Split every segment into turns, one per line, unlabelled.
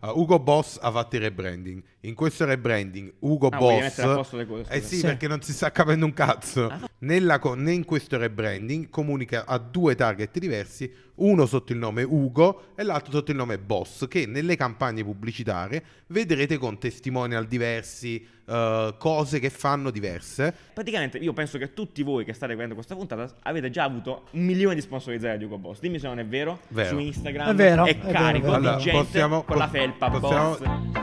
Uh, Ugo Boss a fatto il rebranding. In questo rebranding, Ugo
Ah, vuoi
Boss.
mettere a posto le cose,
eh
scusa.
sì,
Sì.
perché non si sta capendo un cazzo. Nella co- né in questo rebranding comunica a due target diversi, uno sotto il nome Ugo e l'altro sotto il nome Boss, che nelle campagne pubblicitarie vedrete con testimonial diversi, eh, cose che fanno diverse.
Praticamente io penso che tutti voi che state vedendo questa puntata avete già avuto un milione di sponsorizzate di Hugo Boss. Dimmi se non è vero.
Vero.
Su Instagram
È vero, è
è
vero,
carico
è vero.
di
Allora,
gente
possiamo-
con la
po-
felpa
possiamo-
Boss.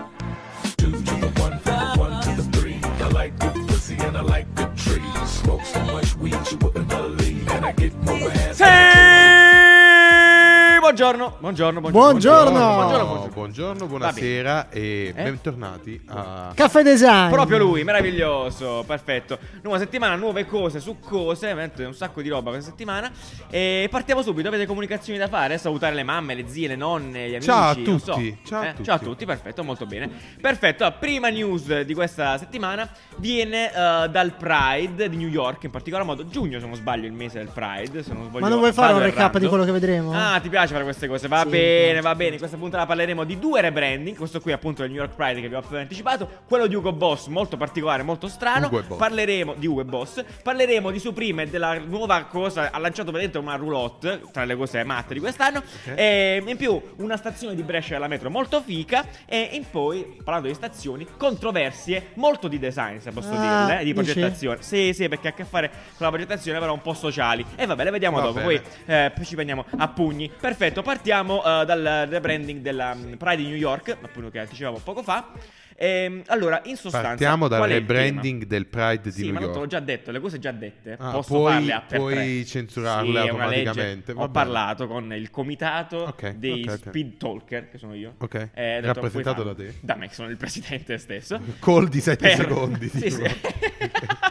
Two to the one, from one to the three. I like good pussy and I like good trees. Smoke so much weed you wouldn't believe. And I get more ass.
Sì! Buongiorno, buongiorno, buongiorno.
Buongiorno.
buongiorno,
buongiorno,
buongiorno.
buongiorno,
Va bene.
buonasera e
Eh?
bentornati a...
Ah. Caffè Design.
Proprio lui, meraviglioso, perfetto. Nuova settimana, nuove cose su cose, veramente un sacco di roba questa settimana. E partiamo subito, avete comunicazioni da fare? Salutare le mamme, le zie, le nonne, gli amici.
Ciao a
non so.
tutti, ciao a
Eh,
tutti.
Ciao a tutti, perfetto, molto bene. Perfetto, la prima news di questa settimana viene eh, dal Pride di New York, in particolar modo giugno se non sbaglio il mese del Pride. Se non sbaglio,
Ma non vuoi fare
vado
un recap
errando.
di quello che vedremo?
Ah, ti piace fare queste cose? Va
Sì.
bene, va bene. In questa puntata parleremo di due rebranding. Questo qui, appunto, è il New York Pride che vi ho appena anticipato. Quello di Hugo Boss, molto particolare, molto strano.
Hugo e Boss.
Parleremo di Uwe Boss. Parleremo di Supreme e della nuova cosa. Ha lanciato veramente una roulotte tra le cose matte di quest'anno. E in più, una stazione di Brescia della metro molto fica. E in poi, parlando di stazioni, controversie molto di design, se posso
Ah,
dirle, eh, di
dici?
progettazione. Sì, sì, perché ha a che fare con la progettazione, però un po' sociali. E vabbè, le vediamo
Va
dopo.
bene.
Poi eh, poi ci prendiamo a pugni. Perfetto, partiamo eh, dal rebranding della mm, Pride di New York, appunto che dicevamo poco fa. Ehm, allora, in sostanza,
Partiamo dal
qual è il tema?
rebranding del Pride di
Sì,
New
ma
York.
tanto l'ho già detto, le cose già dette.
Ah,
Posso
puoi-
farle a per
puoi
tre.
censurarle
Sì, è una
automaticamente,
legge.
va
Ho
bene.
parlato con il comitato
Ok,
dei
ok, ok.
speed talker, che sono io.
Ok.
e ho detto,
Rappresentato
puoi
da te?
farlo. Da me, che sono il presidente stesso.
Call di 7
Per-
secondi.
Eh, Sì,
tipo.
sì.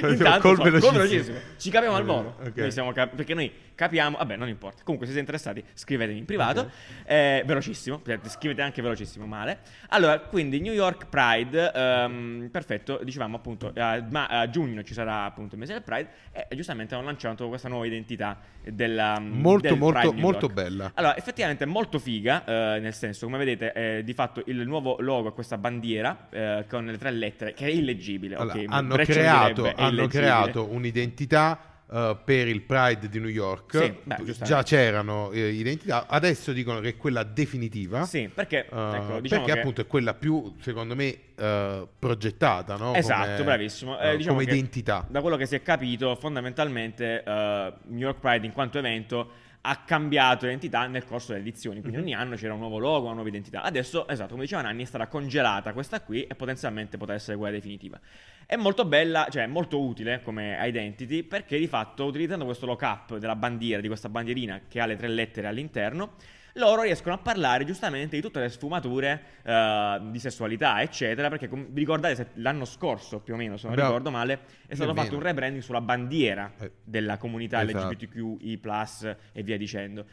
Cioè,
Intanto
call
so,
velocissimo. Eh,
call velocissimo. Ci capiamo al volo.
Ok.
Noi siamo cap- perché noi capiamo, vabbè, non importa. Comunque, se siete interessati, scrivetemi in privato.
Ok.
Eh, velocissimo, scrivete anche velocissimo, male. Allora, quindi New York Pride, ehm, perfetto, dicevamo appunto, eh, ma a giugno ci sarà appunto il mese del Pride e giustamente hanno lanciato questa nuova identità della
Molto,
del
molto,
Pride New
molto
York.
bella.
Allora, effettivamente è molto figa, eh, nel senso, come vedete, eh, di fatto il nuovo logo è questa bandiera eh, con le tre lettere, che è illeggibile. ok,
Allora, hanno
Breccia
creato,
direbbe, è
hanno
illeggibile.
creato un'identità eh, per il Pride di New York.
Sì, beh, giustamente.
Già c'erano eh, identità, adesso dicono che è quella definitiva.
Sì, perché,
eh,
ecco, diciamo
perché
che-
appunto è quella più, secondo me, eh, progettata, no?
Esatto,
Come-
bravissimo. Eh,
eh,
diciamo
come
che
identità.
Da quello che si è capito, fondamentalmente eh, New York Pride in quanto evento ha cambiato identità nel corso delle edizioni, quindi ogni anno c'era un nuovo logo, una nuova identità. Adesso, esatto, come diceva Nanni, è stata congelata questa qui e potenzialmente potrà essere quella definitiva. È molto bella, cioè è molto utile come identity perché di fatto utilizzando questo lookup della bandiera, di questa bandierina che ha le tre lettere all'interno, loro riescono a parlare giustamente di tutte le sfumature eh, di sessualità, eccetera, perché com- vi ricordate se l'anno scorso più o meno, se non
Bravo.
ricordo male, è stato
Nemmeno.
fatto un rebranding sulla bandiera
Eh,
della comunità
esatto.
LGBTQI+, e via dicendo.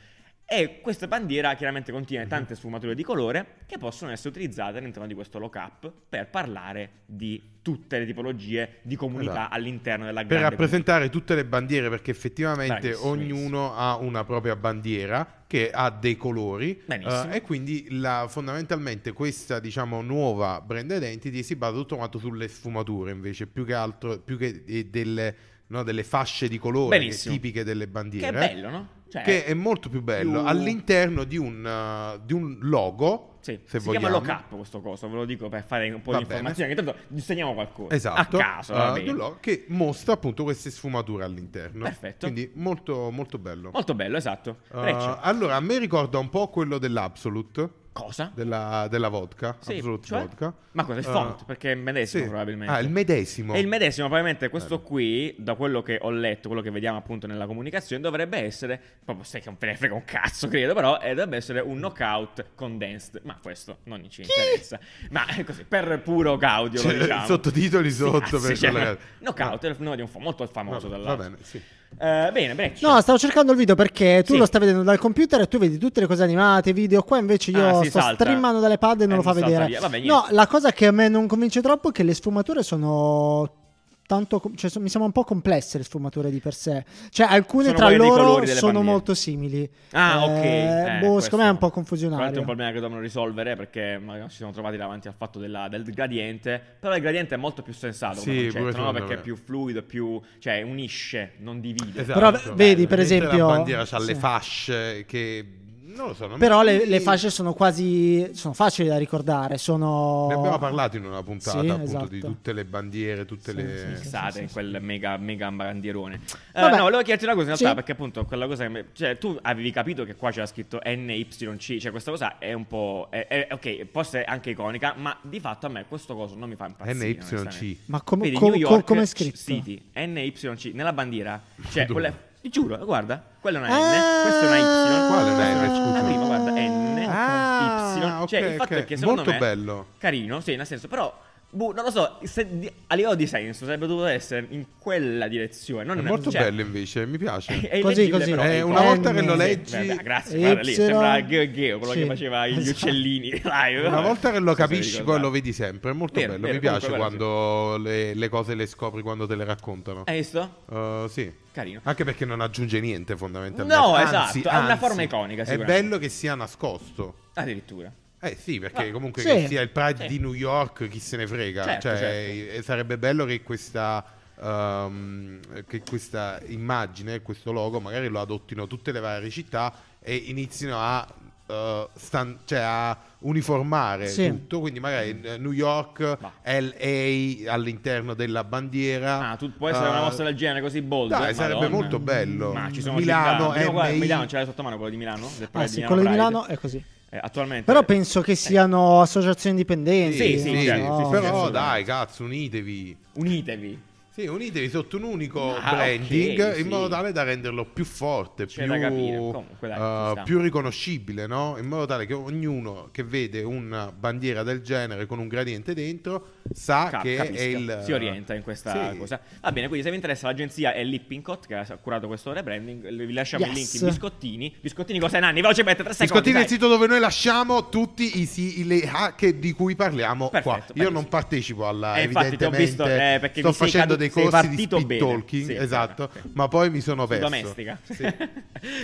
E questa bandiera chiaramente
Mhm.
contiene tante sfumature di colore che possono essere utilizzate all'interno di questo lookup per parlare di tutte le tipologie di comunità
Esatto.
all'interno della
per
grande comunità.
rappresentare tutte le bandiere perché effettivamente
Bravissimo,
ognuno ha una propria bandiera che ha dei colori
Benissimo.
eh, e quindi la- fondamentalmente questa diciamo nuova brand identity si basa tutto quanto sulle sfumature invece più che altro più che eh, delle, no, delle fasce di colore che-
Benissimo.
tipiche delle
Che
bandiere eh,
è bello, no? Cioè,
che eh, è molto più bello
più-
all'interno di un, eh, di un logo
Sì,
se
si
vogliamo
chiama lookup questo coso, ve lo dico per fare un po'
Va
di
bene.
informazione, che tanto disegniamo qualcosa
Esatto,
a caso,
eh,
va
di
bene.
un logo che mostra appunto queste sfumature all'interno.
Perfetto.
Quindi molto, molto bello.
Molto bello, esatto.
Uh,
Breccia,
allora, a me ricorda un po' quello dell'Absolute,
cosa?
della, della vodka,
Sì,
Absolute
cioè?
Vodka.
Ma cosa, il
Uh,
font? Perché è il medesimo
sì.
probabilmente.
Ah, il medesimo.
E il medesimo, probabilmente questo
Bello.
qui, da quello che ho letto, quello che vediamo appunto nella comunicazione, dovrebbe essere, proprio sai che non te ne frega un cazzo, credo, però eh, dovrebbe essere un knockout condensed, ma questo non ci interessa. Ma è così, per puro gaudio
Cioè,
lo diciamo.
sottotitoli
Sì,
sotto
cazzi,
per
cioè,
collegare.
Knockout è il nome di un fo- molto famoso
Va, va
dall'altro.
bene, sì.
Eh, bene, Breccia.
No, stavo cercando il video perché tu
Sì.
lo stai vedendo dal computer e tu vedi tutte le cose animate, video. Qua invece io
Ah, si
sto
salta.
streamando dalle pad e non
Eh,
lo fa
salta
vedere.
via. Vabbè, niente.
no, la cosa che a me non convince troppo è che le sfumature sono tanto, com- cioè, so- mi sembra un po' complesse le sfumature di per sé. Cioè, alcune
Sono
tra
quelli dei
loro
colori delle
sono
bandiere.
molto simili.
Ah, ok.
Eh,
Eh,
boh,
questo
secondo me è un po' confusionario.
Probabilmente è un problema che dovevano risolvere perché magari ci siamo trovati davanti al fatto della- del gradiente. Però il gradiente è molto più sensato
Sì,
come
pure
concetto, no?
secondo
Perché
me.
è più fluido, è più. cioè unisce, non divide.
Esatto.
Però v- vedi,
Eh,
per
mentre
esempio-
La bandiera ha le
sì.
fasce che... Non lo so. non-
Però le, le fasce sono quasi sono facili da ricordare. Sono
Ne abbiamo parlato in una puntata
Sì,
appunto
esatto.
di tutte le bandiere, tutte
Sì,
le...
sì, sì.
Fissate in quel mega, mega bandierone. Eh,
Vabbè.
no, volevo chiederti una cosa in realtà,
Sì.
perché appunto quella cosa che mi- Cioè, tu avevi capito che qua c'era scritto NYC, cioè questa cosa è un po'... è- è- ok, può essere anche iconica, ma di fatto a me questo coso non mi fa impazzire. onestamente.
NYC.
Ma com-
Vedi,
com-
New
com-
York
Ah, come è scritto?
City, NYC, nella bandiera. Cioè,
Dove?
quella... ti Giuro, guarda, quella è una N,
Ah,
questa è una Y.
Quale è una
questa una-
N, scusa?
La prima, guarda, N,
Ah,
Y. Cioè,
ok,
il fatto
ok.
è che secondo
Molto
me-
bello.
Carino, sì, nel senso, però... Boh, non lo so, se di- a livello di senso sarebbe dovuto essere in quella direzione. Non
È molto
cioè,
bello invece, mi piace.
È così,
Così, così.
Però,
Eh,
è
una
iconico.
volta che lo
Sì,
leggi-
vabbè, grazie, guarda lì,
Epsilon.
sembra Geo Geo, quello
Sì,
che faceva gli
esatto.
uccellini. live.
Una volta che lo
Non so se
capisci,
ricordate.
poi lo vedi sempre. È molto
Vero,
bello.
vero,
Mi piace
comunque, guarda,
quando le, le cose le scopri quando te le raccontano.
Hai visto?
Uh, sì.
Carino.
Anche perché non aggiunge niente fondamentalmente.
No,
Anzi,
esatto, ha una
anzi,
forma iconica,
È
sicuramente.
bello che sia nascosto.
Addirittura.
Eh sì, perché
Ah,
comunque
sì.
che sia il Pride
Sì.
di New York, chi se ne frega.
Certo,
cioè,
certo.
eh, sarebbe bello che questa, ehm, che questa immagine, questo logo, magari lo adottino tutte le varie città e inizino a, eh, stan- cioè, a uniformare
Sì.
tutto. Quindi magari eh, New York,
Mm. Ma-
LA all'interno della bandiera.
Ah, tu può essere
eh,
una mossa del genere così bold.
Dai, sarebbe
Madonna.
molto bello.
Ma ci sono
Milano,
città. Milano, guarda,
MI.
Milano, c'era sotto mano quello di Milano. del
eh, Ah,
Pride
sì, quello di
Pride.
Milano è così.
Eh, attualmente.
Però penso che siano associazioni indipendenti.
Sì, sì,
non
sì,
so.
sì, certo. sì,
però
assolutamente.
dai, cazzo, unitevi.
Eh, Unitevi.
Sì, unitevi sotto un unico
Ah,
branding
ok, sì.
in modo tale da renderlo più forte,
C'è
più,
da capire, comunque, dai, ci
eh,
sta.
più riconoscibile, no? In modo tale che ognuno che vede una bandiera del genere con un gradiente dentro sa
Cap-
Ah, che
capisca.
è il...
Si orienta in questa
Sì.
cosa. Va bene, quindi se vi interessa l'agenzia è Lippincott che ha curato questo rebranding. Vi lasciamo il
Yes.
link in biscottini. Biscottini cosa Nanni? Velocemente, tre secondi.
Biscottini è il
dai.
sito dove noi lasciamo tutti i si- le hack di cui parliamo
Perfetto,
qua. Io
benissimo.
non partecipo alla
Eh, infatti, ti ho
evidentemente
visto, eh, perché
sto
mi sei
facendo
cadu-
dei
sei
corsi di
partito
speed
bene.
talking,
Sì,
esatto,
sì.
ma poi mi sono
Su
perso.
domestica.
Sì.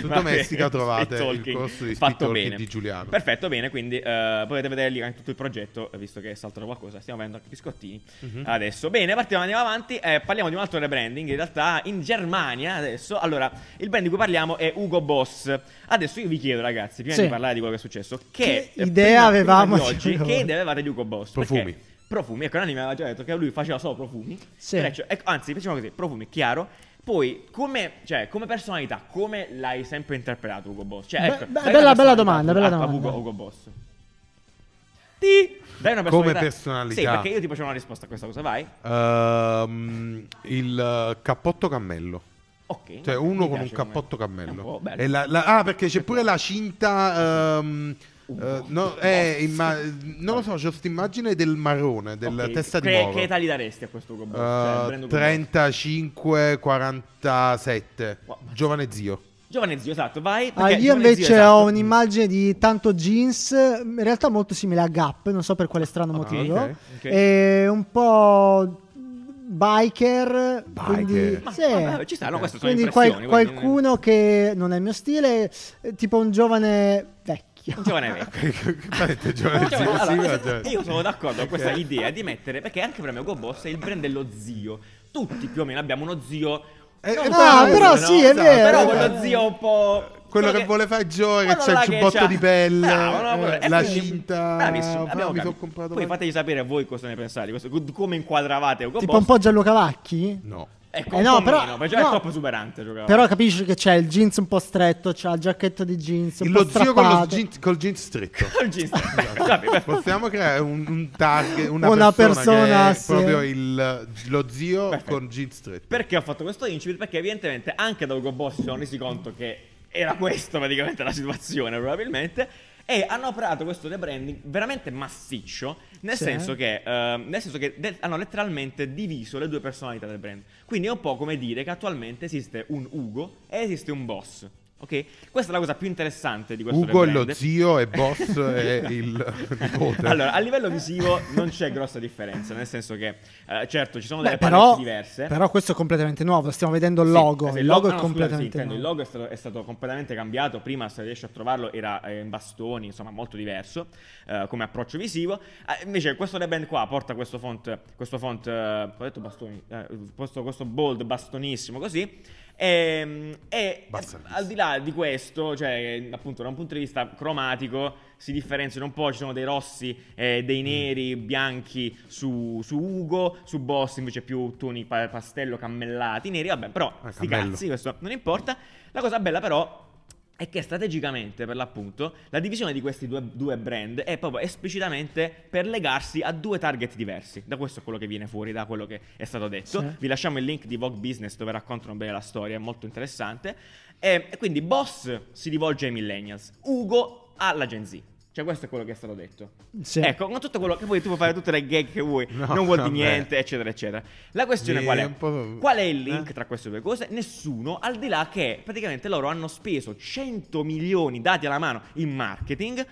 Su
Va
domestica
bene,
trovate
speed
il
talking.
corso di speed
Fatto
talking
bene.
di Giuliano.
Perfetto, bene, quindi eh, potete vedere lì anche tutto il progetto, eh, visto che è saltato qualcosa, stiamo avendo anche biscottini
Mhm.
adesso. Bene, partiamo, andiamo avanti, eh, parliamo di un altro rebranding, in realtà in Germania adesso, allora, il brand di cui parliamo è Ugo Boss. Adesso io vi chiedo ragazzi, prima
Sì.
di parlare di quello che è successo, che,
Che
eh,
idea
prima-
avevamo
prima di oggi,
di Ugo
che
Boss?
idea avevate di Ugo Boss?
Profumi.
Perché- Profumi, ecco, Nani mi aveva già detto che lui faceva solo profumi.
Sì.
Però, cioè, ecco, anzi, facciamo così, profumi, chiaro. Poi, come, cioè, come personalità, come l'hai sempre interpretato Ugo Boss? Cioè,
Be-
ecco,
be-
dai una
bella- bella
personalità
domanda,
a-
bella
a
domanda.
Ugo, Ugo Boss. Ti dai una personalità.
Come personalità.
Sì, perché io ti faccio una risposta a questa cosa, vai.
Ehm, il eh, cappotto cammello.
Ok.
Cioè,
mi
uno con un
piace
cappotto
come- È un
cammello.
po' bello.
E la- la- ah, perché c'è pure la cinta. ehm, eh, no, eh, imma- non lo so, c'è questa immagine del marrone, del
Ok,
testa di
che-
moro.
Che età gli daresti a questo Ugo Boss? Cioè, il brand
Eh,
Ugo Boss.
35 47
Wow, ma-
giovane zio
Giovane zio, esatto, vai.
Ah,
perché
io
giovane
invece
zio, esatto.
ho un'immagine di tanto jeans, in realtà molto simile a Gap, non so per quale strano motivo.
ok,
Ah, ok.
E un po' biker, quindi,
Biker.
Ma-
sì.
ma- Ah, ci sta, no, queste sono
Quindi
impressioni,
qual-
quindi-
qualcuno che non è il mio stile, eh, tipo un giovane vecchio.
Un Giovane vecchio.
Hai detto giovane
Cioè,
zio,
allora,
sì,
se-
cioè-
Io sono d'accordo con questa
Ok.
idea di mettere, perché anche per me Ugo Boss è il brand dello zio. Tutti più o meno abbiamo uno zio.
Eh,
non
eh,
un
no,
po'
però
rude,
sì, è vero,
Però
è
quello
vero.
zio un po'.
Eh, Quello che vuole fare il giovane, che
quello
c'ha il
là
giubbotto
c'ha-
di pelle,
Bravo, no,
eh,
quello- e
la
quindi-
cinta,
bravissimo,
però
abbiamo
mi
capito.
son comprato
Poi
la-
fatevi sapere voi cosa ne pensate, di questo, come inquadravate Ugo
tipo
Boss.
un po' Gianluca Vacchi?
no
Ecco,
Eh,
un
no,
po'
però-
meno, perché già è
no.
troppo esuberante giocare.
Però capisci che c'è il jeans un po' stretto, c'è il giacchetto di jeans un
lo
po'
zio con lo
strappato.
jean- col jeans stretto
Col jeans. Vabbè, vabbè.
possiamo creare un, un target una,
Una
persona,
persona,
che è
sì.
proprio il, lo zio
Perfetto.
con jeans stretto
Perché ho fatto questo incipit? Perché evidentemente anche da Ugo Boss si sono resi conto che era questa praticamente la situazione probabilmente e hanno operato questo rebranding veramente massiccio nel
Sì.
senso che, ehm, nel senso che de- hanno letteralmente diviso le due personalità del brand quindi è un po' come dire che attualmente esiste un Ugo e esiste un Boss Ok? Questa è la cosa più interessante di questo
Ugo è
rebrand.
lo zio e Boss è il nipote.
Allora, a livello visivo non c'è grossa differenza, nel senso che eh, certo ci sono
Beh,
delle
però,
palette diverse.
però questo è completamente nuovo. Stiamo vedendo il
Sì,
logo.
esatto,
il logo
no, no,
è
scusa, sì,
completamente
intendo, il
nuovo.
logo è stato, è stato completamente cambiato. Prima, se riesci a trovarlo, era eh, in bastoni, insomma, molto diverso eh, come approccio visivo. Ah, invece, questo rebrand qua porta questo font, questo font, eh, ho detto bastoni, eh, questo, questo bold bastonissimo così. E, e
Bastardi.
al di là di questo, cioè appunto da un punto di vista cromatico, si differenziano un po', ci sono dei rossi, eh, dei neri, bianchi su, su Ugo, su Boss invece più toni pa- pastello, cammellati, neri, vabbè, però
Ah,
sti
cammello.
cazzi, questo non importa. La cosa bella però è che strategicamente, per l'appunto, la divisione di questi due, due brand è proprio esplicitamente per legarsi a due target diversi. Da questo è quello che viene fuori, da quello che è stato detto.
Sì.
Vi lasciamo il link di Vogue Business dove raccontano bene la storia, è molto interessante. E, e quindi Boss si rivolge ai millennials, Ugo alla Gen Z. Cioè questo è quello che è stato detto.
Sì.
Ecco, con tutto quello che vuoi, tu puoi fare tutte le gag che vuoi,
No,
non vuol
vabbè.
dire niente, eccetera, eccetera. La questione
Sì,
qual
un po'-
è? Qual è il link
Eh?
tra queste due cose? Nessuno, al di là che praticamente loro hanno speso 100 milioni dati alla mano in marketing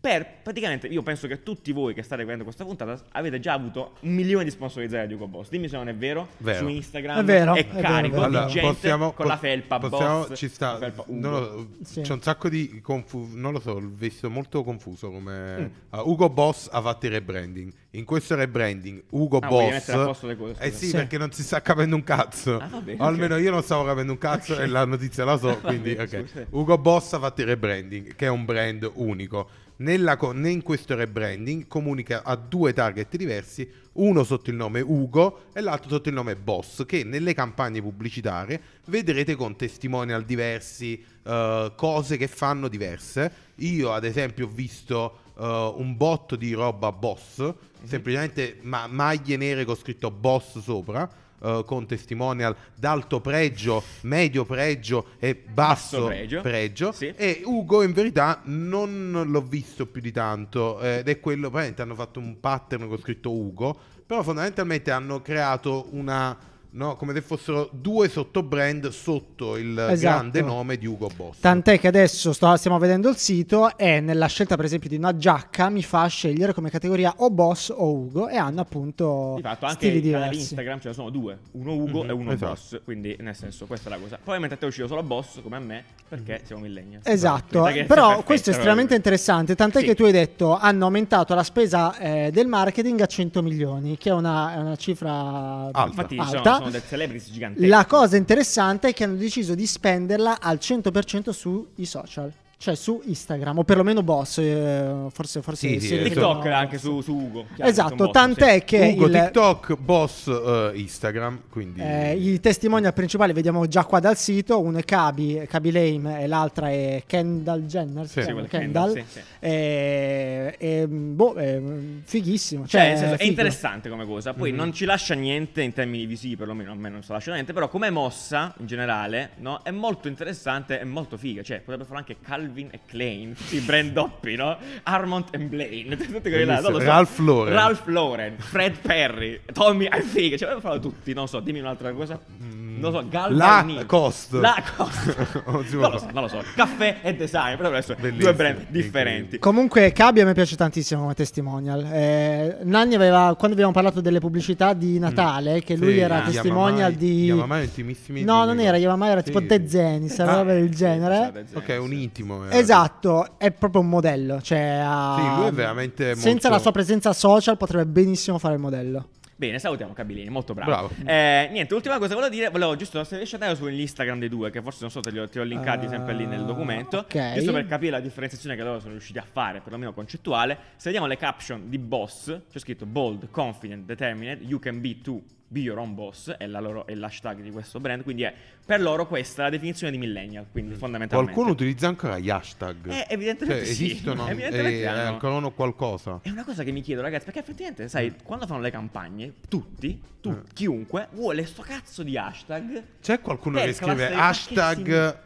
per praticamente, io penso che tutti voi che state vedendo questa puntata avete già avuto un milione di sponsorizzati di Ugo Boss. Dimmi se non è vero,
Vero.
su Instagram
È vero,
è
è vero,
carico
è vero.
di
Eh, Allora,
gente con la
po-
felpa
possiamo-
Boss.
ci sta,
la felpa Ugo.
non lo-
Sì.
c'è un sacco di confu- non lo so, l'ho visto molto confuso
Mm.
come Ah, Ugo Boss ha fatto il rebranding. In questo rebranding Ugo
Ah, voglio
Boss
mettere a posto le cose,
Eh
scusa.
sì,
Sì.
perché non si sta capendo un cazzo.
Ah, va bene,
O almeno
ok.
io non stavo capendo un cazzo
Ok.
e la notizia la so,
Va
quindi
bene,
ok.
scusa.
Ugo Boss ha fatto il rebranding, che è un brand unico. Nella co- né in questo rebranding comunica a due target diversi, uno sotto il nome Ugo e l'altro sotto il nome Boss, che nelle campagne pubblicitarie vedrete con testimonial diversi, eh, cose che fanno diverse. Io ad esempio ho visto eh, un botto di roba Boss, semplicemente ma- maglie nere con scritto Boss sopra. eh, con testimonial d'alto pregio, medio pregio e basso,
Basso pregio.
pregio.
Sì.
E Ugo in verità non l'ho visto più di tanto eh, ed è quello, probabilmente hanno fatto un pattern con scritto Ugo, però fondamentalmente hanno creato una, no, come se fossero due sottobrand sotto il
Esatto.
grande nome di Ugo Boss.
Tant'è che adesso sto- stiamo vedendo il sito e nella scelta, per esempio, di una giacca mi fa scegliere come categoria o Boss o Ugo e hanno appunto
Di fatto anche
stili
i canali
diversi.
Instagram ce ne sono due, uno Ugo
Mhm,
e uno
esatto.
Boss, quindi nel senso questa è la cosa. Probabilmente a te è uscito solo Boss come a me perché
Mhm.
siamo millennials.
Esatto,
Quindi, che-
però
perfetto,
questo è estremamente
allora.
interessante, tant'è
Sì.
che tu hai detto hanno aumentato la spesa eh, del marketing a 100 milioni, che è una, è una cifra
Alta.
Ah, Infatti ci sono,
alta.
sono delle celebrities gigantesche.
La cosa interessante è che hanno deciso di spenderla al 100% sui social, cioè su Instagram, o perlomeno Boss, eh, forse, forse
Sì, sì,
si
eh.
ritorna-
TikTok anche su, su Ugo. chiaro,
Esatto,
su un botto,
tant'è
sì.
che
Ugo,
il-
TikTok, Boss, eh, Instagram, quindi...
eh, i testimonial principali vediamo già qua dal sito, uno è Cabi, Cabi Lame e l'altra è Kendall Jenner, si
Sì,
Sì,
chiama?
quella
Kendall.
Kendall, sì, sì.
Eh, eh, boh, eh, fighissimo.
Cioè,
Cioè,
nel senso, è
figo.
interessante come cosa. Poi
Mhm.
non ci lascia niente in termini visivi, perlomeno a me non ci lascia niente. Però, come mossa in generale, no? È molto interessante e molto figa. Cioè, potrebbe fare anche Calvin e Klein, tutti i brand doppi, no? Armand e Blaine, tutti quelli là. non lo so.
Ralph Lauren.
Ralph Lauren, Fred Perry, Tommy e figa. Cioè, potrebbe farlo tutti. Non so, dimmi un'altra cosa. Non lo so, Galvani.
Mm. La Cost.
La Cost.
Non si può
non lo so,
fare.
non lo so. Caffè e design. Però adesso
Bellissimo,
due brand
incredibile.
differenti.
Comunque, Cabi a me piace tantissimo come testimonial. Eh, Nanni aveva, quando abbiamo parlato delle pubblicità di Natale, che lui
Mm. Sì,
era
ah,
testimonial
Yamamai-
di.
Yamamai intimissimi
No,
amici,
non
no?
era Yamamai, era
Sì,
tipo
sì.
De Zenis, una
Ah,
roba del
Sì,
genere.
sì, sì,
Ok, un
sì.
intimo. eh. era.
Esatto, è proprio un modello. Cioè, ha-
Sì, lui è veramente
Senza
molto-
la sua presenza social potrebbe benissimo fare il modello.
Bene, salutiamo Cabilini, molto bravo.
Bravo.
Eh, niente, ultima cosa che volevo dire, volevo giusto se riesci a andare sull'Instagram dei due, che forse non so, te li ho, te li ho linkati
Ah,
sempre lì nel documento.
ok.
Giusto per capire la differenziazione che loro sono riusciti a fare, perlomeno concettuale. Se vediamo le caption di boss, c'è scritto bold, confident, determined, you can be too. Be your own boss è, la loro, è l'hashtag di questo brand, quindi è per loro questa la definizione di millennial, quindi fondamentalmente.
Mm. Qualcuno utilizza ancora gli hashtag.
Eh, evidentemente
Cioè,
sì.
esistono
Evidentemente
e
hanno.
ancora uno qualcosa.
È una cosa che mi chiedo, ragazzi, perché effettivamente, sai, quando fanno le campagne, tutti, tu-
Eh.
chiunque, vuole sto cazzo di hashtag.
C'è qualcuno
Per
che scrive
classe- ma che
hashtag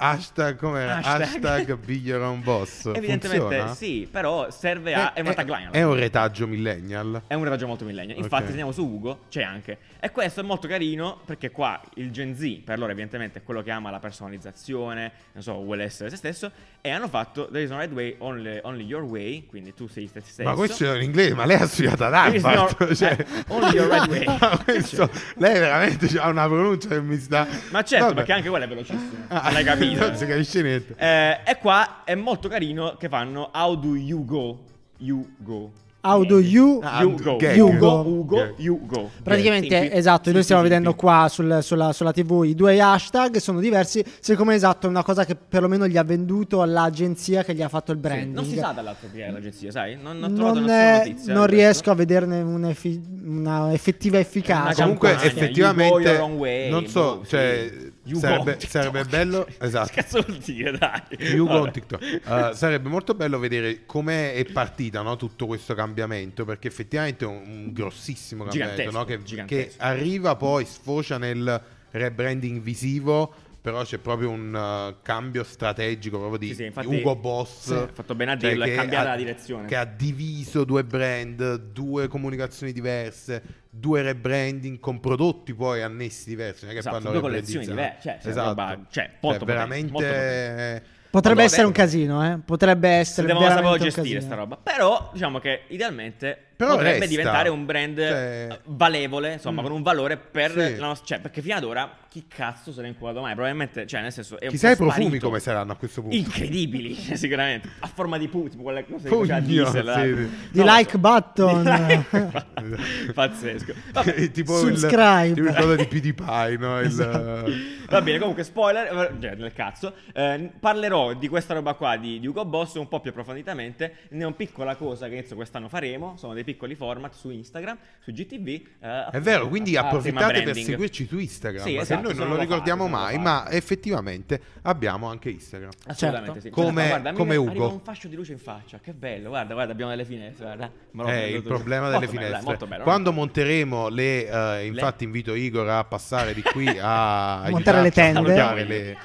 Hashtag com'era?
Hashtag.
Hashtag, Biglieron Boss.
Evidentemente
Funziona? Eh,
sì, però serve a... È, una tagline. alla
È un retaggio millennial.
È un raggio molto millennio.
Ok.
Infatti, se andiamo su Ugo, c'è anche. E questo è molto carino perché qua il Gen Z, per loro evidentemente è quello che ama la personalizzazione, non so, vuole essere se stesso, e hanno fatto There is no right way, only, only your way, quindi tu sei te stesso.
Ma questo è in inglese, ma lei ha studiato ad
There is no-
Harvard.
eh,
cioè-
only your right way.
Ma questo- lei veramente ha una pronuncia che mi sta...
Ma certo,
Vabbè.
perché anche quella è velocissima.
Ah,
l'hai capito?
non si capisce niente.
Eh, e qua è molto carino che fanno How do you go? You go.
How do you-
Ah,
you go.
gag.
You go.
Gag.
Ugo, you go.
Praticamente,
Semplice.
esatto, noi
Semplice.
stiamo vedendo qua sul- sulla, sulla TV i due hashtag sono diversi. Siccome esatto, è una cosa che perlomeno gli ha venduto l'agenzia che gli ha fatto il
Sì,
branding.
Non si sa dall'altro che è l'agenzia, sai? Non, non ho trovato
Non,
nessuna
è-
notizia.
non
al
riesco
resto.
a vederne un'effi- una effettiva
Una
efficacia.
Comunque,
campagna, you go
effettivamente,
your own way,
non so,
boh, sì.
cioè,
You
sarebbe-
go on
sarebbe
TikTok.
bello- esatto.
Che cazzo vuol dire, dai?
You go
Vabbè.
on TikTok. Eh, sarebbe molto bello vedere come è partita no, tutto questo cambiamento, perché effettivamente è un, un grossissimo cambiamento
Gigantesco,
no, che,
gigantesco.
che arriva poi, sfocia nel rebranding visivo, però c'è proprio un eh, cambio strategico proprio di
Sì, sì, infatti-
Ugo Boss. cioè
sì, ha fatto bene a dirlo, è
che
cambiata
ha-
la direzione.
Che ha diviso due brand, due comunicazioni diverse, due rebranding con prodotti poi annessi diversi. Non è che
Esatto,
fanno
due collezioni
rebrandizzato.
diverse, cioè, roba- cioè, molto potente,
veramente...
molto potente.
Potrebbe
Allora,
essere un
adesso-
casino, eh? Potrebbe
Se
Ah.
essere
devono
veramente
saperlo
un
gestire
casino.
sta roba. Però diciamo che idealmente
Però
potrebbe
resta.
diventare un brand
Cioè-
eh, valevole, insomma,
Mm.
con un valore per
Sì.
la nostra. Cioè, perché fino ad ora chi cazzo se ne è inculato mai? Probabilmente, cioè, nel senso. È un
Chissà
po'
i profumi
sparito.
come saranno a questo punto.
Incredibili, cioè, sicuramente. A forma di put, tipo quelle cose
Pugno,
che faceva Diesel,
sì,
là.
sì.
Non
Di
lo
like button.
Di like- Pazzesco. Vabbè.
tipo
Subscribe.
il, tipo il coso di PewDiePie, no? Il-
Esatto.
Esatto.
Va bene, comunque, spoiler, eh, cioè, nel cazzo, eh, parlerò di questa roba qua di, di Hugo Boss un po' più approfonditamente. Ne è una piccola cosa che inizio quest'anno faremo, sono dei piccoli format su Instagram, su GTV. eh,
È
appunto,
vero, quindi
a- a tema
approfittate per
Ah, branding.
seguirci su Instagram,
Sì,
che
esatto,
noi
sono
non lo
da
ricordiamo
fare, sono
mai,
da fare.
ma effettivamente abbiamo anche Instagram.
Assolutamente sì.
Certo.
Cioè,
Come-
Ma guarda, mi
come
arriva
Ugo.
un fascio di luce in faccia, che bello. Guarda, guarda, abbiamo delle finestre, guarda. Me lo
È
prendo
Eh, il
tutto.
problema
Molto
delle
bello, dai,
finestre.
molto bello.
Quando monteremo le, eh, infatti, invito Igor a passare di qui a
Montare le
aiutarci a
tende.
montare le,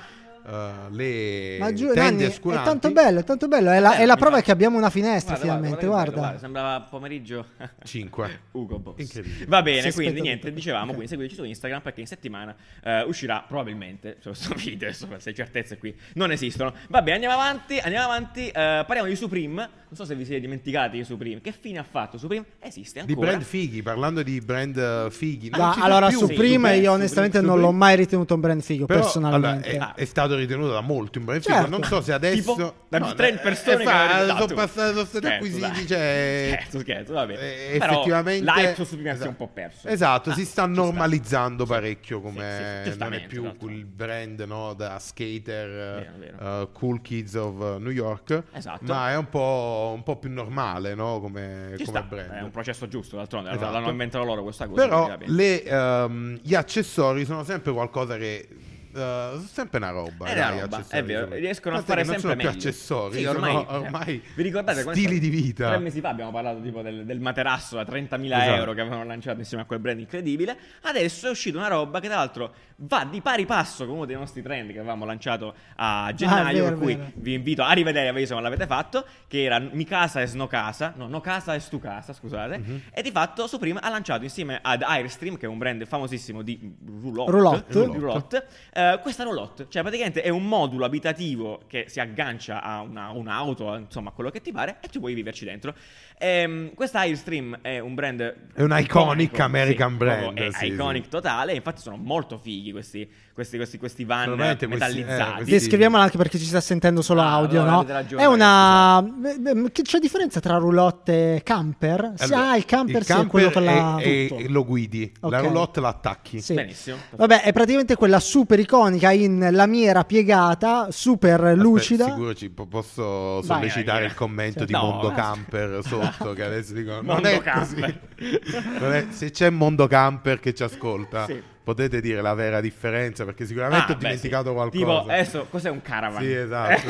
eh, le
Ma giù,
tende
Nanni, è
oscuranti.
tanto bello, è tanto bello. È la, è la
Eh,
prova
mi fa-
che abbiamo una finestra
Guarda,
finalmente,
guarda,
guarda.
guarda, Sembrava pomeriggio.
Cinque.
Ugo Boss.
Incredibile.
Va bene,
Si aspetta
quindi
tutto.
niente, dicevamo,
Ok.
quindi seguiteci su Instagram perché in settimana eh, uscirà probabilmente cioè, questo video, adesso queste certezze qui non esistono. Va bene, andiamo avanti, andiamo avanti, eh, parliamo di Supreme. Non so se vi siete dimenticati di Supreme. Che fine ha fatto Supreme? Esiste
Di
ancora.
brand fighi, parlando di brand eh, fighi. non
Ma
ci sono
allora,
più.
Supreme,
Supreme
Supreme,
io onestamente non l'ho
Supreme.
mai ritenuto un brand figo,
Però,
personalmente.
ah,
allora, è, è stato ritenuto da molti un brand
Certo.
figo. Non so se adesso.
Tipo, da
no,
tre
eh,
persone
eh,
che
fa-
avevano dato.
sono, passate, sono stati
Scherzo,
acquisiti.
dai.
Cioè,
Scherzo, scherzo, va bene.
eh,
Però
effettivamente.
l'hype su Supreme si è un po' perso.
Esatto,
Ah,
si
ci sta.
sta normalizzando parecchio.
Sì, sì,
Come non
giustamente,
è più
esatto.
quel brand no, da skater, eh,
Vero,
eh, cool kids of eh, New York.
Esatto.
Ma è un po', un po' più normale no, come,
Ci
come
sta,
brand.
è un processo giusto, d'altronde,
Esatto.
l'hanno inventato loro questa cosa.
Però
quindi va bene.
le, ehm, gli accessori sono sempre qualcosa che. eh, sono sempre una roba,
È
dai,
una
gli
roba,
accessori
è vero,
sono-
riescono a
Tant'è
fare
che non
sempre
sono più
meglio.
accessori,
Sì,
ormai,
cioè,
ormai
vi ricordate quando-
stili di vita.
Tre mesi fa abbiamo parlato tipo del, del materasso da 30.000
Esatto.
euro che avevano lanciato insieme a quel brand incredibile. Adesso è uscita una roba che, tra l'altro, va di pari passo con uno dei nostri trend che avevamo lanciato a gennaio.
Ah, vero,
per cui
vero.
vi invito a rivedere, voi se non l'avete fatto. Che era Mi casa e Sno casa, no, No casa e Stu casa, scusate. E di fatto Supreme ha lanciato insieme ad Airstream, che è un brand famosissimo di mm, roulotte,
Roulotte.
di roulotte, eh, questa roulotte, cioè praticamente è un modulo abitativo che si aggancia a una- un'auto, a- insomma, a quello che ti pare, e tu puoi viverci dentro. Ehm, questa Airstream è un brand.
È un iconic
iconico,
American
sì,
brand,
proprio È
sì,
iconic
sì.
totale. Infatti, sono molto fighi questi, questi, questi, questi van
Veramente questi- eh,
metallizzati.
questi-
Descriviamola anche perché ci sta sentendo solo
Ah,
audio,
allora
no?
avete ragione, eh,
è una. beh, beh, Che c'è differenza tra roulotte e camper? Sì,
Allora,
ah, il camper, sì, è quello con la.
è- è-
tutto.
lo guidi, la
Ok.
roulotte l'attacchi.
Sì.
Benissimo.
Vabbè, è praticamente quella super iconica in lamiera piegata, super
Aspetta,
lucida.
sicuro ci po- posso
Vai,
sollecitare
vai.
il commento
Sì.
di
No,
Mondo
ma-
Camper sotto che adesso dicono non
Mondo
è
Camper.
così. Non è- se c'è Mondo Camper che ci ascolta,
Sì.
potete dire la vera differenza perché sicuramente
Ah,
ho
beh,
dimenticato
sì.
qualcosa.
Tipo, eh, adesso cos'è un caravan?
Sì, esatto.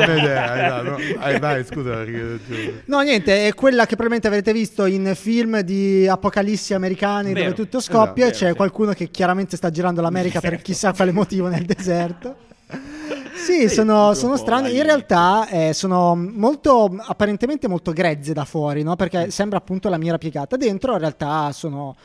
Non ho idea, esatto. No, Vai, vai, scusa perché
No, niente, è quella che probabilmente avrete visto in film di apocalissi americani
Vero,
dove tutto scoppia
esatto,
e c'è
vero, sì.
qualcuno che chiaramente sta girando l'America per
Certo.
chissà quale motivo nel deserto. Sì, sono, sono strane. In realtà eh, sono molto, apparentemente molto grezze da fuori, no? Perché sembra appunto la mira piegata. Dentro in realtà sono,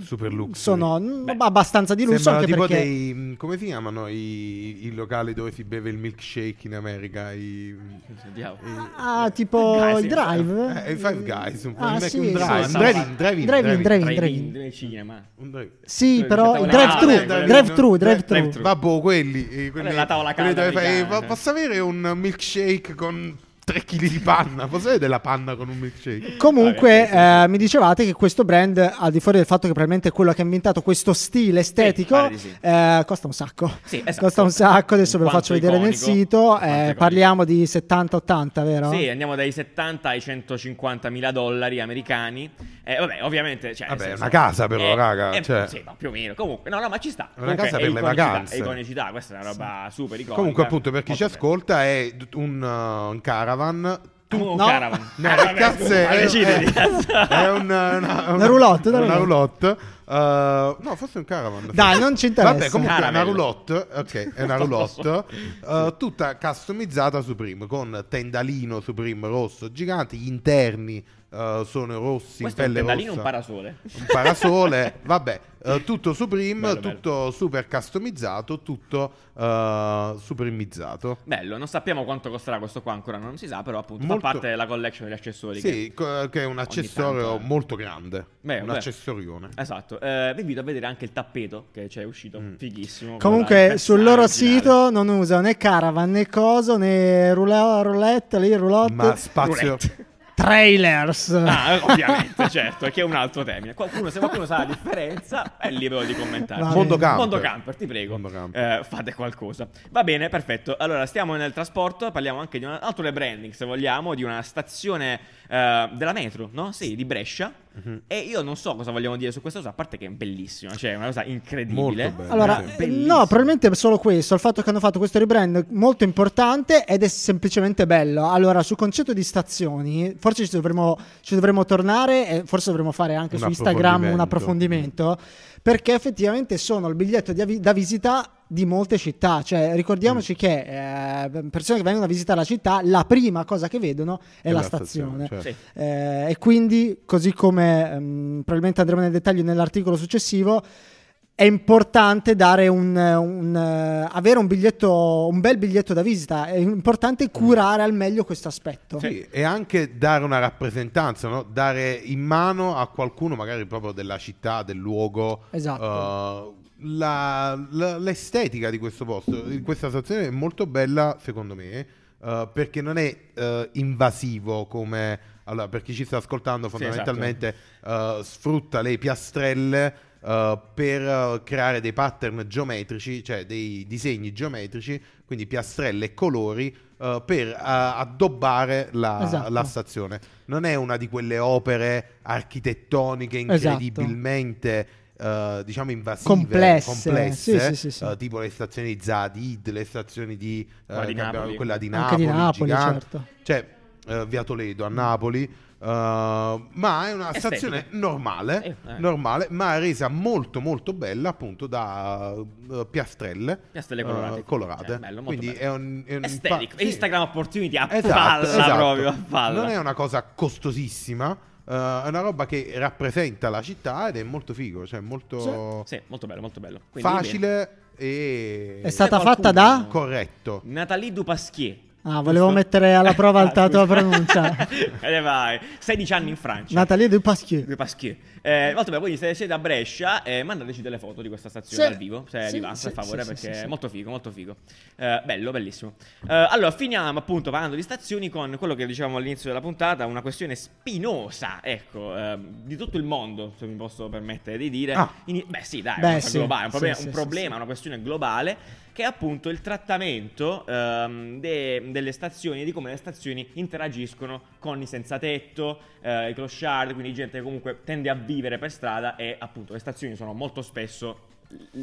Super luxury.
sono mm,
Beh.
abbastanza di lusso
Sembrano
anche
tipo
perché...
dei. mh, come si chiamano i, i locali dove si beve il milkshake in America? I,
Sentiamo.
i-
Ah, tipo
Ah, sì,
il drive?
eh, i Five Guys, un po'
Ah,
il Mac-
sì,
un drive,
sì,
un
sì.
drive-in, drive-in,
Drive-in,
drive-in.
drive-in,
Drive-in Ah,
drive-in.
del cinema.
un drive-
Sì,
Dove
però
c'è
il
la
drive-thru,
tavola,
drive-thru,
drive-thru,
drive-thru.
drive-thru.
Drive-thru.
Vabbè, quelli, eh, quelli
Quella è la tavola
quelli
calda diciamo.
dove fai,
americana.
"Eh, posso avere un milkshake con 3 kg di panna? Posso avere della panna con un milkshake?
Comunque,
Vabbè, sì, sì,
eh, mi dicevate che questo brand, al di fuori del fatto che probabilmente è quello che ha inventato questo stile estetico,
pare di sì.
eh, costa un sacco.
Sì, esatto.
Costa un sacco, adesso ve lo
Quanto
faccio vedere nel
iconico,
sito.
quanto
eh,
iconico.
parliamo di 70-80, vero?
Sì, andiamo dai 70 ai 150 mila dollari americani. Eh, vabbè, ovviamente. Cioè, nel
Vabbè, è
senso-
una casa però,
eh,
raga,
eh,
cioè.
Sì, ma più o meno. Comunque, no, no, ma ci sta.
È una casa
Comunque,
per
è
le
iconicità,
vacanze.
è Iconicità, questa è una roba super iconica.
Comunque, appunto, per chi ci
Molto bella.
ascolta, è d- un, uh, un caravan. Tu-
Un
no.
caravan.
No, eh,
Ah,
che
vabbè,
cazzo
scusa,
è?
ma deciditi,
È-
cazzo.
È un, una,
Una roulotte, una
una
roulotte.
roulotte. Uh, no, forse un caravan.
Dai, non ci interessa.
Vabbè, comunque è una
Caravel.
roulotte. Ok, è una roulotte. uh, tutta customizzata Supreme con tendalino Supreme rosso gigante. Gli interni uh, sono rossi
Questo è
in
un
pelle
pedalino, un
rossa.
parasole.
un parasole, vabbè, eh, tutto Supreme,
Bello, bello.
tutto super customizzato, tutto eh, supremizzato.
Bello, non sappiamo quanto costerà questo qua, ancora non si sa, però appunto
Molto-
fa parte della collection degli accessori. che-
Sì, co- che è un accessorio
tanto, eh.
molto grande,
Beh,
un
beh.
accessorione.
Esatto, eh, vi invito a vedere anche il tappeto che c'è uscito,
Mm.
fighissimo.
Comunque,
guarda,
sul
il
loro
originale.
sito non usano né caravan né coso né roula- roulette, lì roulotte.
Ma spazio,
Trailers.
Ah, eh, ovviamente, certo, che è un altro termine. Qualcuno, se qualcuno sa la differenza, eh, è libero di commentare.
Va
Mondo
bene.
Camper.
Mondo Camper, ti prego.
Mondo Camper.
eh, fate qualcosa. Va bene, perfetto. Allora, stiamo nel trasporto, parliamo anche di un altro rebranding, se vogliamo, di una stazione eh, della metro, no? Sì, di Brescia.
Mhm.
E io non so cosa vogliamo dire su questa cosa, a parte che è bellissima, cioè è una cosa incredibile.
Molto bella,
Allora,
sì.
eh,
Bellissimo.
no, probabilmente è solo questo, il fatto che hanno fatto questo rebrand molto importante ed è semplicemente bello. Allora, sul concetto di stazioni, forse ci dovremmo, ci dovremmo tornare e forse dovremmo fare anche
Un
su Instagram un
approfondimento.
approfondimento, perché effettivamente sono il biglietto di avi- da visita di molte città, cioè ricordiamoci che eh, persone che vengono a visitare la città, la prima cosa che vedono è, la, stazione.
certo.
Sì.
Eh, e quindi, così come ehm, probabilmente andremo nel dettaglio nell'articolo successivo, è importante dare un, un, eh, avere un biglietto, un bel biglietto da visita. È importante curare al meglio questo aspetto.
Sì, e anche dare una rappresentanza, no? dare in mano a qualcuno, magari proprio della città, del luogo,
Esatto.
eh, la- la- l'estetica di questo posto. Di Questa stazione è molto bella, secondo me, eh, perché non è eh, invasivo come. Allora, per chi ci sta ascoltando,
Sì, esatto.
fondamentalmente eh, sfrutta le piastrelle eh, per eh, creare dei pattern geometrici, cioè dei disegni geometrici, quindi piastrelle e colori eh, per eh, addobbare la,
Esatto.
la stazione. Non è una di quelle opere architettoniche
Esatto.
incredibilmente eh, diciamo invasive,
Complesse.
complesse,
Sì, sì, sì, sì.
eh, tipo le stazioni di Zadid, le stazioni di, eh,
Quella di
che abbiamo-
Napoli.
quella di
Anche
Napoli,
di Napoli,
gigante.
certo.
cioè eh, via Toledo a Napoli. eh, ma è una
Estetica.
stazione normale,
Eh, eh.
normale, ma resa molto molto bella appunto da eh, piastrelle,
Piastrelle
eh,
colorate.
colorate.
Cioè, bello, molto
Quindi
bello.
è un, è un
Aesthetic,
pa- sì.
Instagram opportunity a
Esatto,
palla
esatto.
proprio, a palla.
Non è una cosa costosissima, eh, è una roba che rappresenta la città ed è molto figo, cioè molto
Sì, molto bello, molto bello. Quindi, bene.
facile e
È stata
qualcuno-
fatta da?
corretto.
Natalie Dupasquier.
Ah, volevo mettere alla prova il- la tua pronuncia.
E vai. 16 anni in Francia.
Natalia Dupasquier.
Dupasquier. Eh, molto bene, quindi se siete a Brescia, eh, mandateci delle foto di questa stazione
Sì.
dal vivo, se
Sì,
vi va,
sì,
per favore,
sì,
perché
sì, sì,
è
sì.
molto figo, molto figo. Eh, bello, bellissimo. Eh, allora, finiamo appunto parlando di stazioni con quello che dicevamo all'inizio della puntata, una questione spinosa, ecco, eh, di tutto il mondo, se mi posso permettere di dire.
Ah.
In- beh sì, dai, è
Beh,
una cosa
sì,
globale, un
sì,
problema,
sì,
un
sì,
problema,
sì.
una questione globale che è appunto il trattamento ehm, de- delle stazioni e di come le stazioni interagiscono con i senza tetto, eh, i clochard, quindi gente che comunque tende a vivere per strada e appunto le stazioni sono molto spesso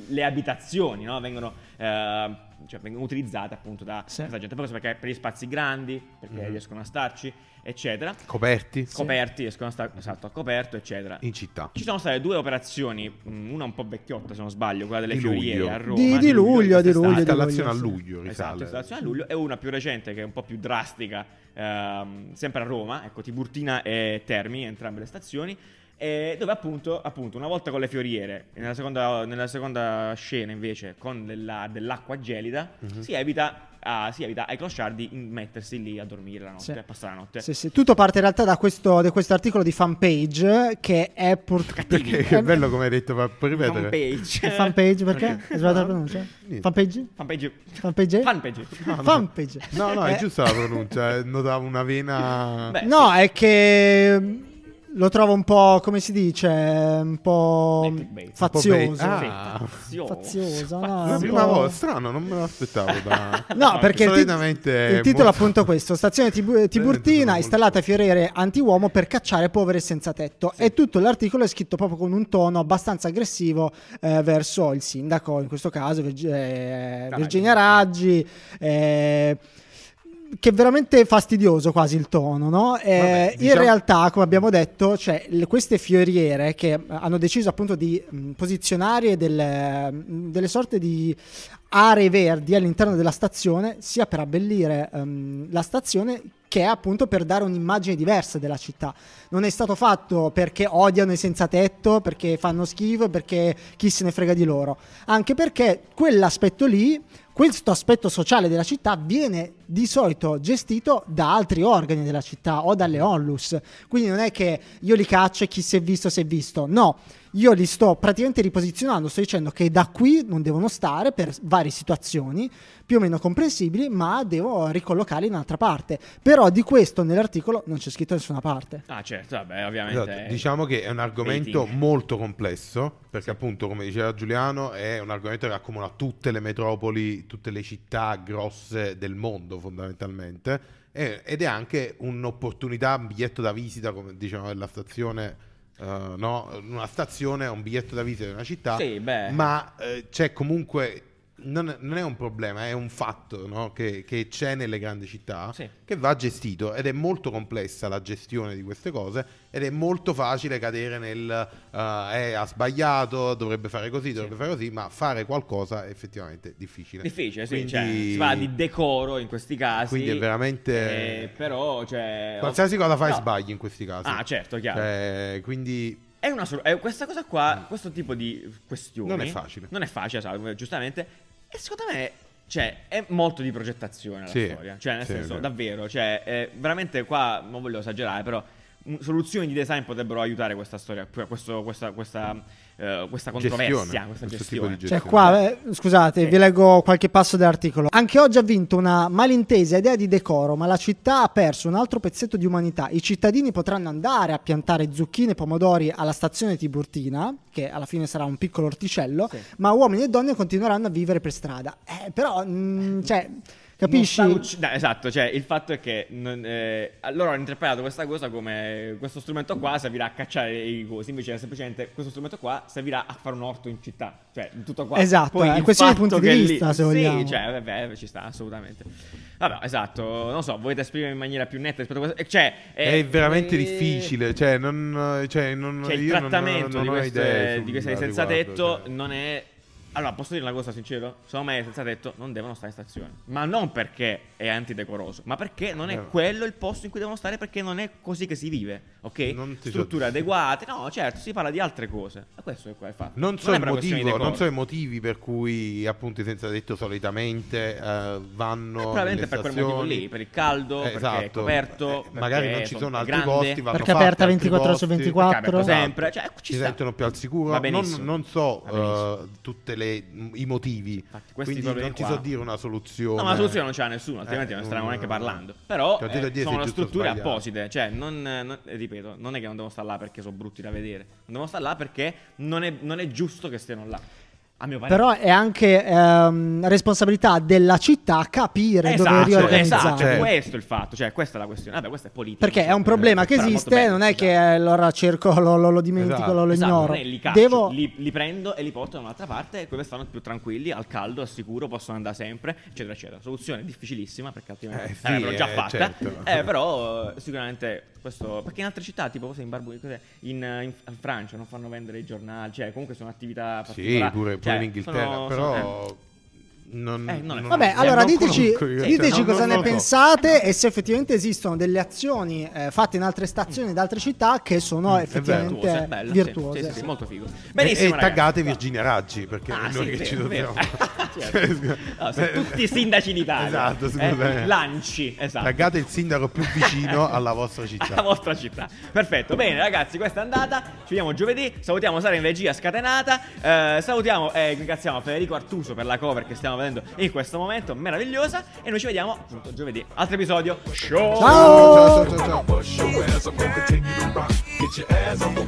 le abitazioni no? vengono, eh, cioè, vengono utilizzate appunto da
Sì.
questa gente. Per questo perché per gli spazi grandi, perché
Mhm.
riescono a starci, eccetera.
Coperti
Coperti, riescono a stare, esatto, a coperto, eccetera.
in città.
Ci sono state due operazioni, mh, una un po' vecchiotta se non sbaglio, quella delle
Di luglio.
fioriere a Roma.
Di- di luglio, di luglio,
quest'estate.
Installazione a
sì.
luglio,
Esatto,
risale.
installazione a luglio e una più recente che è un po' più drastica, ehm, sempre a Roma, ecco, Tiburtina e Termi, entrambe le stazioni, e dove appunto, appunto una volta con le fioriere e nella seconda, nella seconda scena invece con della- dell'acqua gelida
Mhm.
si, evita, a- si evita ai closciardi di mettersi lì a dormire la notte,
Sì.
a passare la notte.
Sì, sì. Tutto parte in realtà da questo, da questo articolo di fanpage che è purtroppo...
Perché che bello come hai detto, ma puoi ripetere?
Fanpage.
Eh, Fanpage perché? Hai sbagliato la pronuncia?
Niente.
Fanpage?
Fanpage.
Fanpage?
Fanpage.
no.
Fanpage.
No, no, è
Eh,
giusta la pronuncia, eh, notavo una vena...
Beh,
No, è che mm, lo trovo un po', come si dice, un po'
Nel clickbait.
Un
fazioso.
po' bait.
Ah. Fazioso.
Fazioso, no,
la
un
prima
po'.
volta, strano, non me l'aspettavo da...
No, perché il, tit-
Solitamente
il
è
titolo è
molto-
appunto questo, stazione Tibu-
sono
Tiburtina
molto-
installata a Fiorere antiuomo per cacciare povere senza tetto e tutto l'articolo è scritto proprio con un tono abbastanza aggressivo eh, verso il sindaco, in questo caso Virg- eh,
Raggi.
Virginia Raggi, eh, che è veramente fastidioso quasi il tono, no? Eh,
Vabbè, diciamo-
In realtà, come abbiamo detto, cioè, le- queste fioriere che eh, hanno deciso appunto di mh, posizionare delle, mh, delle sorte di aree verdi all'interno della stazione, sia per abbellire ehm, la stazione che appunto per dare un'immagine diversa della città. Non è stato fatto perché odiano i senza tetto, perché fanno schifo, perché chi se ne frega di loro. Anche perché quell'aspetto lì, questo aspetto sociale della città viene di solito gestito da altri organi della città o dalle onlus. Quindi non è che io li caccio e chi si è visto si è visto. No, io li sto praticamente riposizionando, sto dicendo che da qui non devono stare per varie situazioni più o meno comprensibili, ma devo ricollocarli in un'altra parte. Però di questo nell'articolo non c'è scritto da nessuna parte.
Ah, certo, vabbè, ovviamente.
Esatto, Diciamo che è un argomento
Rating.
molto complesso, perché appunto, come diceva Giuliano, è un argomento che accomuna tutte le metropoli, tutte le città grosse del mondo fondamentalmente, e- ed è anche un'opportunità, un biglietto da visita, come dicevano della stazione, eh, no? Una stazione è un biglietto da visita di una città,
Sì, beh.
ma eh, c'è comunque... Non, non è un problema, è un fatto no? che, che c'è nelle grandi città
Sì.
che va gestito ed è molto complessa la gestione di queste cose ed è molto facile cadere nel eh, eh, ha sbagliato, dovrebbe fare così, dovrebbe fare così, ma fare qualcosa è effettivamente difficile.
Difficile, sì,
Quindi-
cioè, si parla di decoro in questi casi.
Quindi è veramente-
eh, però, cioè...
Qualsiasi cosa fai
No.
sbagli in questi casi.
Ah, certo, chiaro.
Cioè, quindi
È una sor- è questa cosa qua, questo tipo di questioni...
Mm. Non è facile.
Non è facile, sai, giustamente. E secondo me, cioè, è molto di progettazione la
Sì,
storia. Cioè, nel
sì,
senso,
vero.
davvero, cioè, è veramente qua, non voglio esagerare, però... m- Soluzioni di design potrebbero aiutare questa storia, questo- questa, questa, eh, questa
Gestione,
controversia, questa
questo tipo
gestione.
di
Cioè,
Sì.
qua, eh, scusate,
Sì.
vi leggo qualche passo dell'articolo. Anche oggi ha vinto una malintesa idea di decoro, ma la città ha perso un altro pezzetto di umanità. I cittadini potranno andare a piantare zucchine e pomodori alla stazione Tiburtina, che alla fine sarà un piccolo orticello,
Sì.
ma uomini e donne continueranno a vivere per strada. Eh, però, mm, cioè, capisci?
Non sta ucc- no, esatto, cioè il fatto è che non- eh, loro hanno interpretato questa cosa come eh, questo strumento qua servirà a cacciare i cosi, invece è semplicemente questo strumento qua servirà a fare un orto in città, cioè tutto qua.
Esatto,
Poi
è
il
questione di
fatto
punti di
che
vista, se vogliamo.
Sì, cioè, vabbè, ci sta assolutamente. Vabbè, esatto, non so, volete esprimere in maniera più netta rispetto a questo? Eh, Cioè,
è veramente
eh,
difficile. Cioè, non, cioè, non,
Cioè, il
io non-
trattamento
non
di
ho idee
queste,
sul-
di queste
al
senza
riguardo,
tetto
cioè.
non è. Allora, posso dire una cosa sincero? Secondo me i senza tetto non devono stare in stazione. Ma non perché è antidecoroso, ma perché non è
Vero.
quello il posto in cui devono stare, perché non è così che si vive, ok?
Non ti so
Strutture
dire.
adeguate, no, certo, si parla di altre cose. Ma questo è qua il fatto.
Non so,
è
il
per una questione di
motivo, non
decoro.
so i motivi per cui appunto i senza detto solitamente eh,
Eh,
vanno.
probabilmente
nelle
per quel motivo
stazioni.
lì, per il caldo, perché è coperto,
Eh, magari non
perché
ci
sono
sono altri
grande.
posti, vanno
Perché è
fatti
aperta
altri
24 ore su
posti.
24.
Perché è aperto
Esatto.
sempre, cioè, ci
si
sta.
sentono più al
Va
sicuro. Non,
benissimo.
non so
Va benissimo.
eh, tutte le- m- i motivi,
Infatti, questi
quindi
problemi
non ti
qua-
so dire una soluzione.
No, ma la soluzione non ce l'ha nessuno, altrimenti
Eh,
non staremmo
non-
neanche parlando. Però
Ti ho detto
eh,
di dire
sono
se è giusto o
strutture
sbagliato.
apposite, cioè, non, eh, non- eh, ripeto, non è che non devo stare là perché sono brutti da vedere, non devo stare là perché non è, non è giusto che stiano là. A mio parere.
Però è anche ehm, responsabilità della città capire dove
Esatto,
riorganizzare.
esatto,
Cioè-
è questo il fatto, cioè questa è la questione. Vabbè, questa è politica.
Perché è un
Però
problema che
molto
esiste,
bello,
non è
esatto.
che allora cerco, lo, lo- lo dimentico,
Esatto,
lo, lo
Esatto,
ignoro.
non è li caccio,
Devo...
li, li prendo e li porto da un'altra parte e come stanno più tranquilli, al caldo, al sicuro, possono andare sempre, eccetera, eccetera. Soluzione difficilissima perché altrimenti
Eh, sì,
l'avrebbero già
eh,
fatta.
certo.
Eh, però eh, sicuramente questo... Perché in altre città, tipo cos'è, in, Barbu- cos'è? In, eh, in- in Francia non fanno vendere i giornali, cioè comunque sono attività
Sì,
particolari.
pure, pure
Cioè,
in Inghilterra,
sono- sono-
però...
eh.
Non,
Eh, non è-
Vabbè,
non-
allora
non
diteci,
conosco io,
diteci
cioè, non-
cosa
non-
ne
non lo so.
pensate e se effettivamente esistono delle azioni eh, fatte in altre stazioni da altre città che sono
è
effettivamente
virtuose, bello, sì,
virtuose.
Sì, sì, sì, molto figo.
E-
Benissimo,
e
ragazzi.
taggate Virginia Raggi perché
Ah,
noi
sì,
che
vero,
ci
vero.
dobbiamo Eh.
Certo. No, sono tutti i sindaci d'Italia.
esatto
Eh,
secondo me.
lanci, esatto.
taggate il sindaco più vicino alla vostra
alla
città
vostra città. Perfetto, bene ragazzi, questa è andata. Ci vediamo giovedì. Salutiamo Sara in regia scatenata. eh, salutiamo e ringraziamo Federico Artuso per la cover che stiamo vedendo in questo momento, meravigliosa. E noi ci vediamo appunto giovedì. Altro episodio. Ciao!
Ciao!
ciao ciao ciao
Bust your ass, I'm gonna continue to rock. Get your ass on the